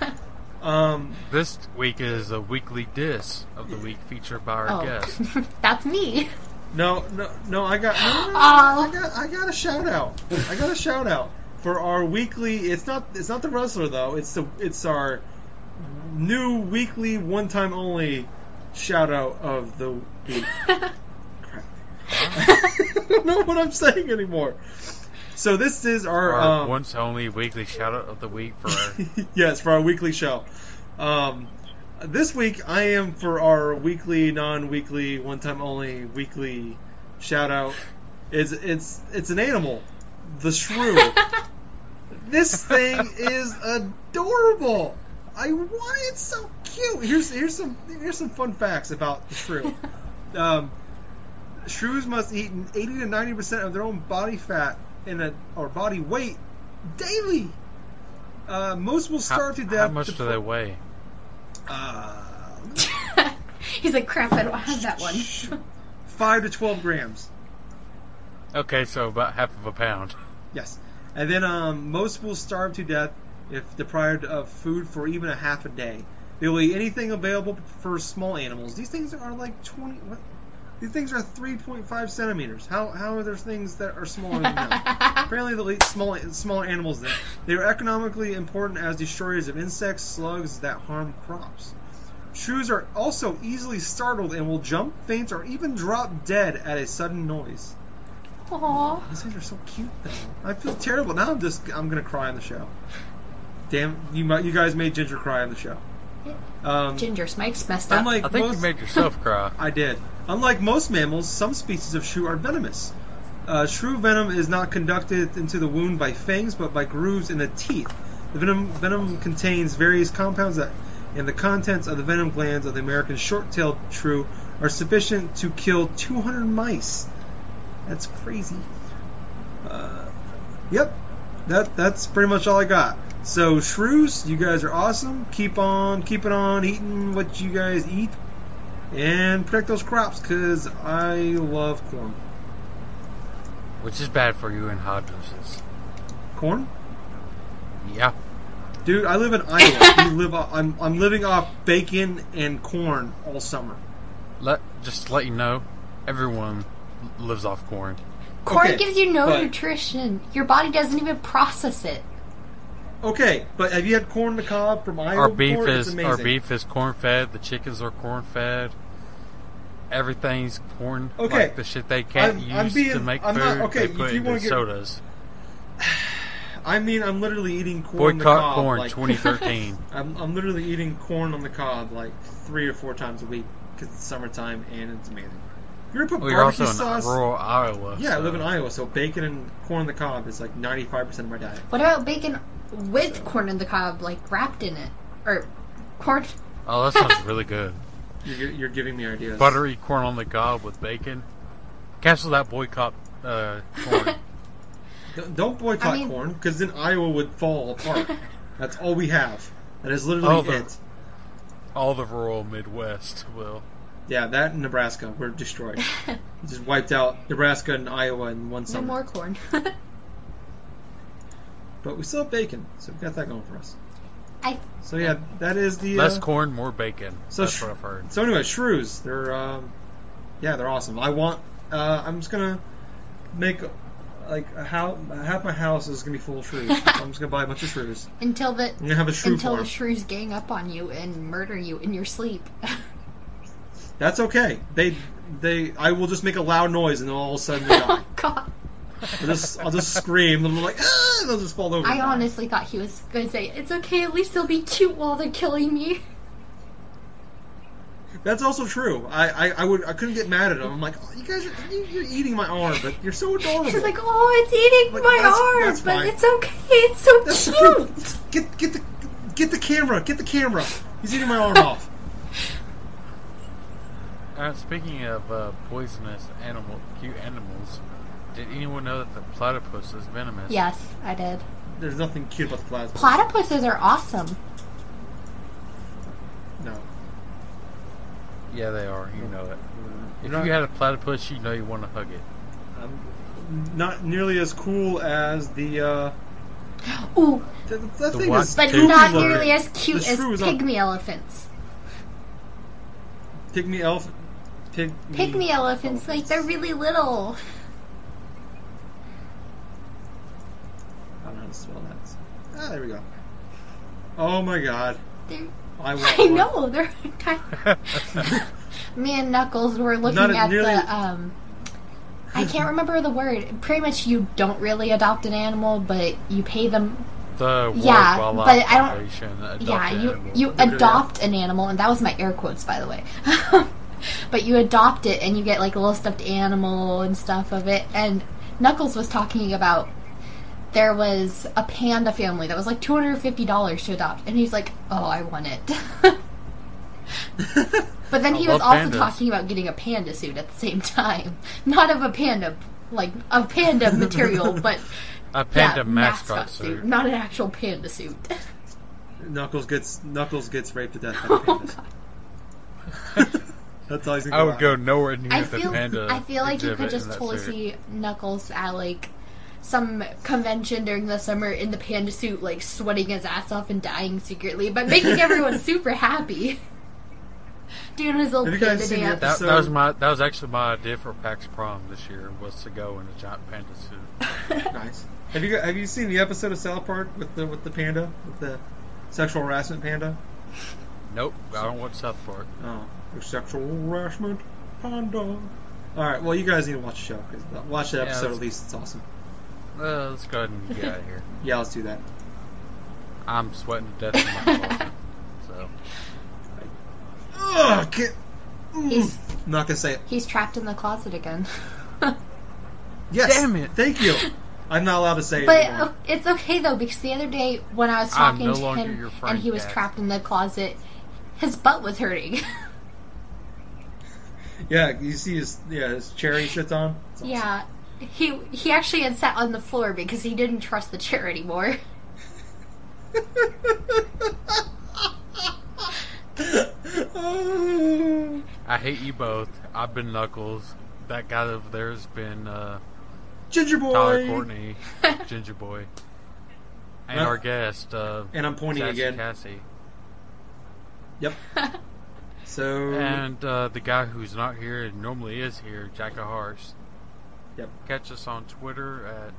um, This week is a weekly diss of the week featured by our guest. oh, that's me. no, no, no, I got no, no, no, Aw. I got I got a shout out. I got a shout out for our weekly. It's not it's not the wrestler though. It's the it's our new weekly one time only shout out of the week. Crap. I don't know what I'm saying anymore. So this is our, Our um, once only weekly shout out of the week for our. yes, for our weekly show. Um, this week, I am for our weekly, non-weekly, one-time only weekly shout out. It's it's it's an animal, the shrew. this thing is adorable. I want it. It's so cute. Here's here's some here's some fun facts about the shrew. Um, shrews must eat 80 to 90 percent of their own body fat in a or body weight daily. Uh, most will How, starve to death. how much to do they weigh? uh, He's like, crap, I don't have that one. five to twelve grams. Okay, so about half of a pound. Yes, and then um, most will starve to death if deprived of food for even a half a day. They will eat anything available for small animals. These things are like twenty. What? These things are three point five centimeters. How how are there things that are smaller than that? Apparently, they'll eat small smaller animals. Then they are economically important as destroyers of insects, slugs that harm crops. Shrews are also easily startled and will jump, faint, or even drop dead at a sudden noise. Aw. These things are so cute, though. I feel terrible now. I'm just I'm gonna cry on the show. Damn, you might you guys made Ginger cry on the show. Um, Ginger Smike's messed up. unlike I think most, you made yourself cry. I did. Unlike most mammals, some species of shrew are venomous. Uh, shrew venom is not conducted into the wound by fangs, but by grooves in the teeth. The venom, venom contains various compounds that, and the contents of the venom glands of the American short-tailed shrew are sufficient to kill 200 mice. That's crazy. Uh, yep, that that's pretty much all I got. So shrews, you guys are awesome. Keep on, keep it on eating what you guys eat and protect those crops because I love corn. Which is bad for you in high doses. Corn, Yeah. dude. I live in Iowa. we live. Off, I'm I'm living off bacon and corn all summer. Let just to let you know, everyone lives off corn. Corn okay, gives you no but- nutrition. Your body doesn't even process it. Okay, but have you had corn on the cob from Iowa? Our beef before? It's is amazing. our beef is corn fed. The chickens are corn fed. Everything's corn. Okay. Like the shit they can't I'm- use I'm to being- make I'm food, not- okay, they if put you it wanna in get- sodas. I mean, I'm literally eating corn on the Boycott cob. corn like, 2013. I'm I'm literally eating corn on the cob like three or four times a week because it's summertime and it's amazing. You're gonna put We're barbecue also in sauce. rural Iowa. yeah, I live in so- Iowa, so bacon and corn on the cob is like 95% of my diet. What about bacon with corn on the cob, like wrapped in it, or corn? Oh, that sounds really good. You're, you're giving me ideas. Buttery corn on the cob with bacon. Cancel that boycott uh, corn. Don't- Don't boycott I mean- corn, because then Iowa would fall apart. That's all we have. That is literally All the- it. All the rural Midwest will. Yeah, that and Nebraska were destroyed. Just wiped out Nebraska and Iowa in one No summer. more corn. But we still have bacon, so we've got that going for us. I So yeah, that is the. Less uh, corn, more bacon. So That's sh- what I've heard. So anyway, shrews. They're um, yeah, they're awesome. I want. Uh, I'm just gonna make like a house. Half my house is gonna be full of shrews. I'm just gonna buy a bunch of shrews. until the I'm gonna have a shrew until farm. the shrews gang up on you and murder you in your sleep. That's okay. They they I will just make a loud noise and they'll all of a sudden they die. oh God! I'll just I'll just scream and they'll be like ah and they'll just fall over. and I die. honestly thought he was going to say, "It's okay. At least they'll be cute while they're killing me." That's also true. I, I, I would I couldn't get mad at them. I'm like oh, you guys are you, you're eating my arm, but you're so adorable. He's like, "Oh, it's eating Like, my that's- arm, that's but fine. it's okay. It's so That's cute." get get the get the camera get the camera. He's eating my arm off. Uh, speaking of uh, poisonous animal, cute animals, did anyone know that the platypus is venomous? Yes, I did. There's nothing cute about the plasma. Platypuses are awesome. no. Yeah, they are. You know it. If Not- you had a platypus, you know you want to hug it. I'm not nearly as cool as the uh, Ooh, th- th- that The thing what? is but Goofy not looking. nearly as cute The as shrew is on- pygmy elephants. pygmy elf pygmy, Pygmy Mm. elephants, like they're really little. I don't know how to spell that. Ah, there we go. Oh my god. They're, I, want I one. know they're. Me and Knuckles were looking Not at nearly- the. Um, I can't remember the word. Pretty much, you don't really adopt an animal, but you pay them. The World Yeah, Wildlife but I don't- Foundation adopted yeah, you animals. you Give it a adopt an animal, and that was my air quotes, by the way. but you adopt it, and you get like a little stuffed animal and stuff of it. And Knuckles was talking about there was a panda family that was like two hundred fifty dollars to adopt, and he's like, "Oh, I want it." But then I he was love also pandas. talking about getting a panda suit at the same time. Not of a panda, like of panda material, but a yeah, panda mascot, suit. Not an actual panda suit. Knuckles gets Knuckles gets raped to death by Oh, pandas. God. That's all he's gonna I would go nowhere near I the feel panda. I feel like you could exhibit in just that totally suit. see Knuckles at like some convention during the summer in the panda suit, like sweating his ass off and dying secretly, but making everyone super happy. Doing his little Have you panda guys dance. seen the That, So- that was my that was actually my idea for PAX prom this year was to go in a giant panda suit. Nice. Have you have you seen the episode of South Park with the with the panda with the sexual harassment panda? Nope, I don't watch South Park. Oh, the sexual harassment panda. All right. Well, you guys need to watch the show. 'cause- Watch that Yeah, episode let's- at least. It's awesome. Uh, let's go ahead and get out of here. Yeah, let's do that. I'm sweating to death in my closet, so Ugh, can't- mm. He's I'm not gonna say it. he's trapped in the closet again. Yes. Damn it. Thank you. I'm not allowed to say it. But anymore. uh, it's okay though because the other day when I was I'm talking no to longer him your friend, and he was Jack. trapped in the closet, his butt was hurting. Yeah, you see his yeah his cherry shits on. It's awesome. yeah, he he actually had sat on the floor because he didn't trust the chair anymore. I hate you both. I've been Knuckles. That guy over there has been uh, Ginger boy. Tyler Courtney, Ginger Boy, and Well- our guest. Uh, And I'm pointing Sassy again. Cassie. Yep. So And uh, the guy who's not here and normally is here, Jack of Hearts. Yep. Catch us on Twitter at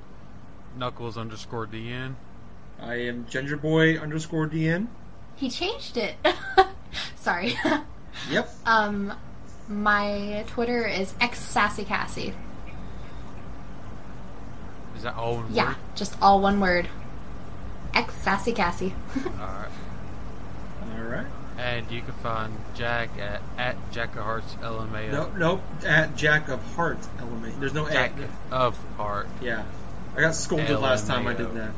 Knuckles underscore DN. I am ginger boy underscore dn. He changed it. Sorry. Yep. um, my Twitter is x sassy cassie. Is that all in Yeah, word? just all one word. X sassy cassie. Alright. All right. And you can find Jack at, at Jack of Hearts LMAO. Nope. Nope. At Jack of Hearts element. There's no Jack at. of Heart. Yeah. I got scolded last time I did LMAO. that.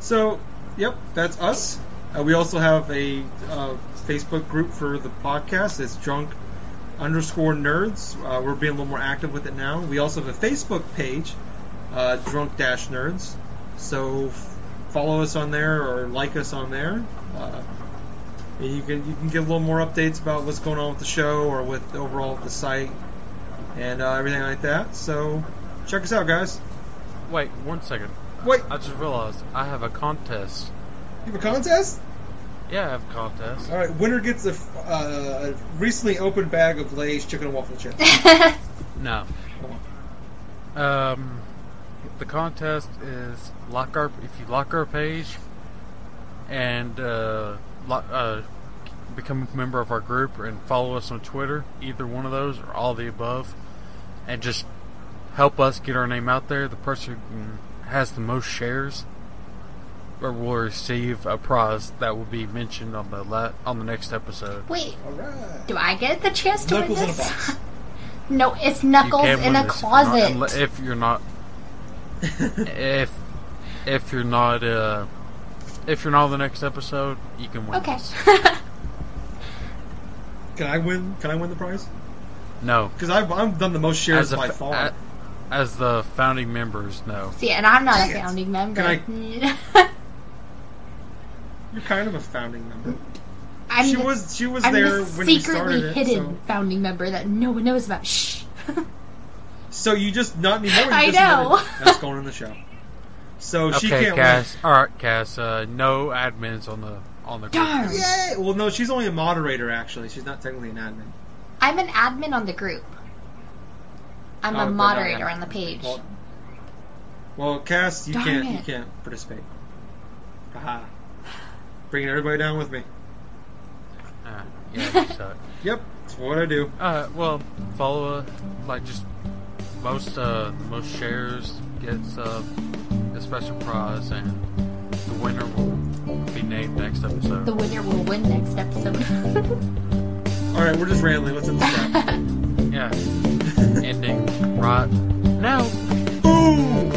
So, yep, that's us. Uh, we also have a uh, Facebook group for the podcast. It's drunk underscore nerds. Uh, we're being a little more active with it now. We also have a Facebook page, uh, drunk dash nerds. So f- follow us on there or like us on there. Uh, and you can you can get a little more updates about what's going on with the show or with overall the site and uh, everything like that. So check us out, guys. Wait, one second. Wait, I just realized I have a contest. you have a contest? Yeah, I have a contest. All right, winner gets a uh, a recently opened bag of Lay's chicken and waffle chips. No. Um, the contest is lock our if you lock our page and uh, lo- uh, become a member of our group and follow us on Twitter, either one of those or all the above, and just help us get our name out there. The person who mm, has the most shares will receive a prize that will be mentioned on the la- on the next episode. Wait, All right. do I get the chance to Knuckles win in a this? box. no, it's You knuckles can in win a this if you're not- closet. unle- If you're not, if if you're not, uh, if you're not on the next episode, you can win. Okay. this. Can I win? Can I win the prize? No. Because I've, I've done the most shares a by fa- far. a- as the founding members, no. See, and I'm not a Dang it. founding member. Can You're kind of a founding member. I'm she the- was she was I'm there the when we secretly started it. hidden So. founding member that no one knows about. Shh. so you just not anymore. You I just know. admitted it. That's going in the show. So she okay, can't Cass. All right, Cass. Uh, no admins on the on the group. Darn. win. Yay! Well, no, she's only a moderator. Actually, she's not technically an admin. I'm an admin on the group. I'm Oh, a but moderator not- on the page. Well, well, Cass, you Darn can't you it. can't participate. Haha. Bringing everybody down with me. Uh, yeah, you suck. Yep, that's what I do. Uh, well, follow uh, like just most uh most shares gets uh, a special prize, and the winner will be named next episode. The winner will win next episode. All right, we're just rambling. Let's end this crap. yeah, ending right now. Boom.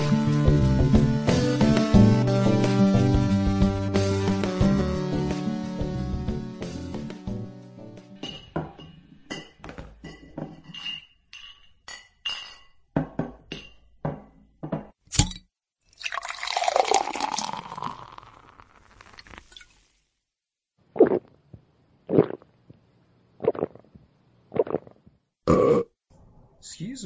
Excuse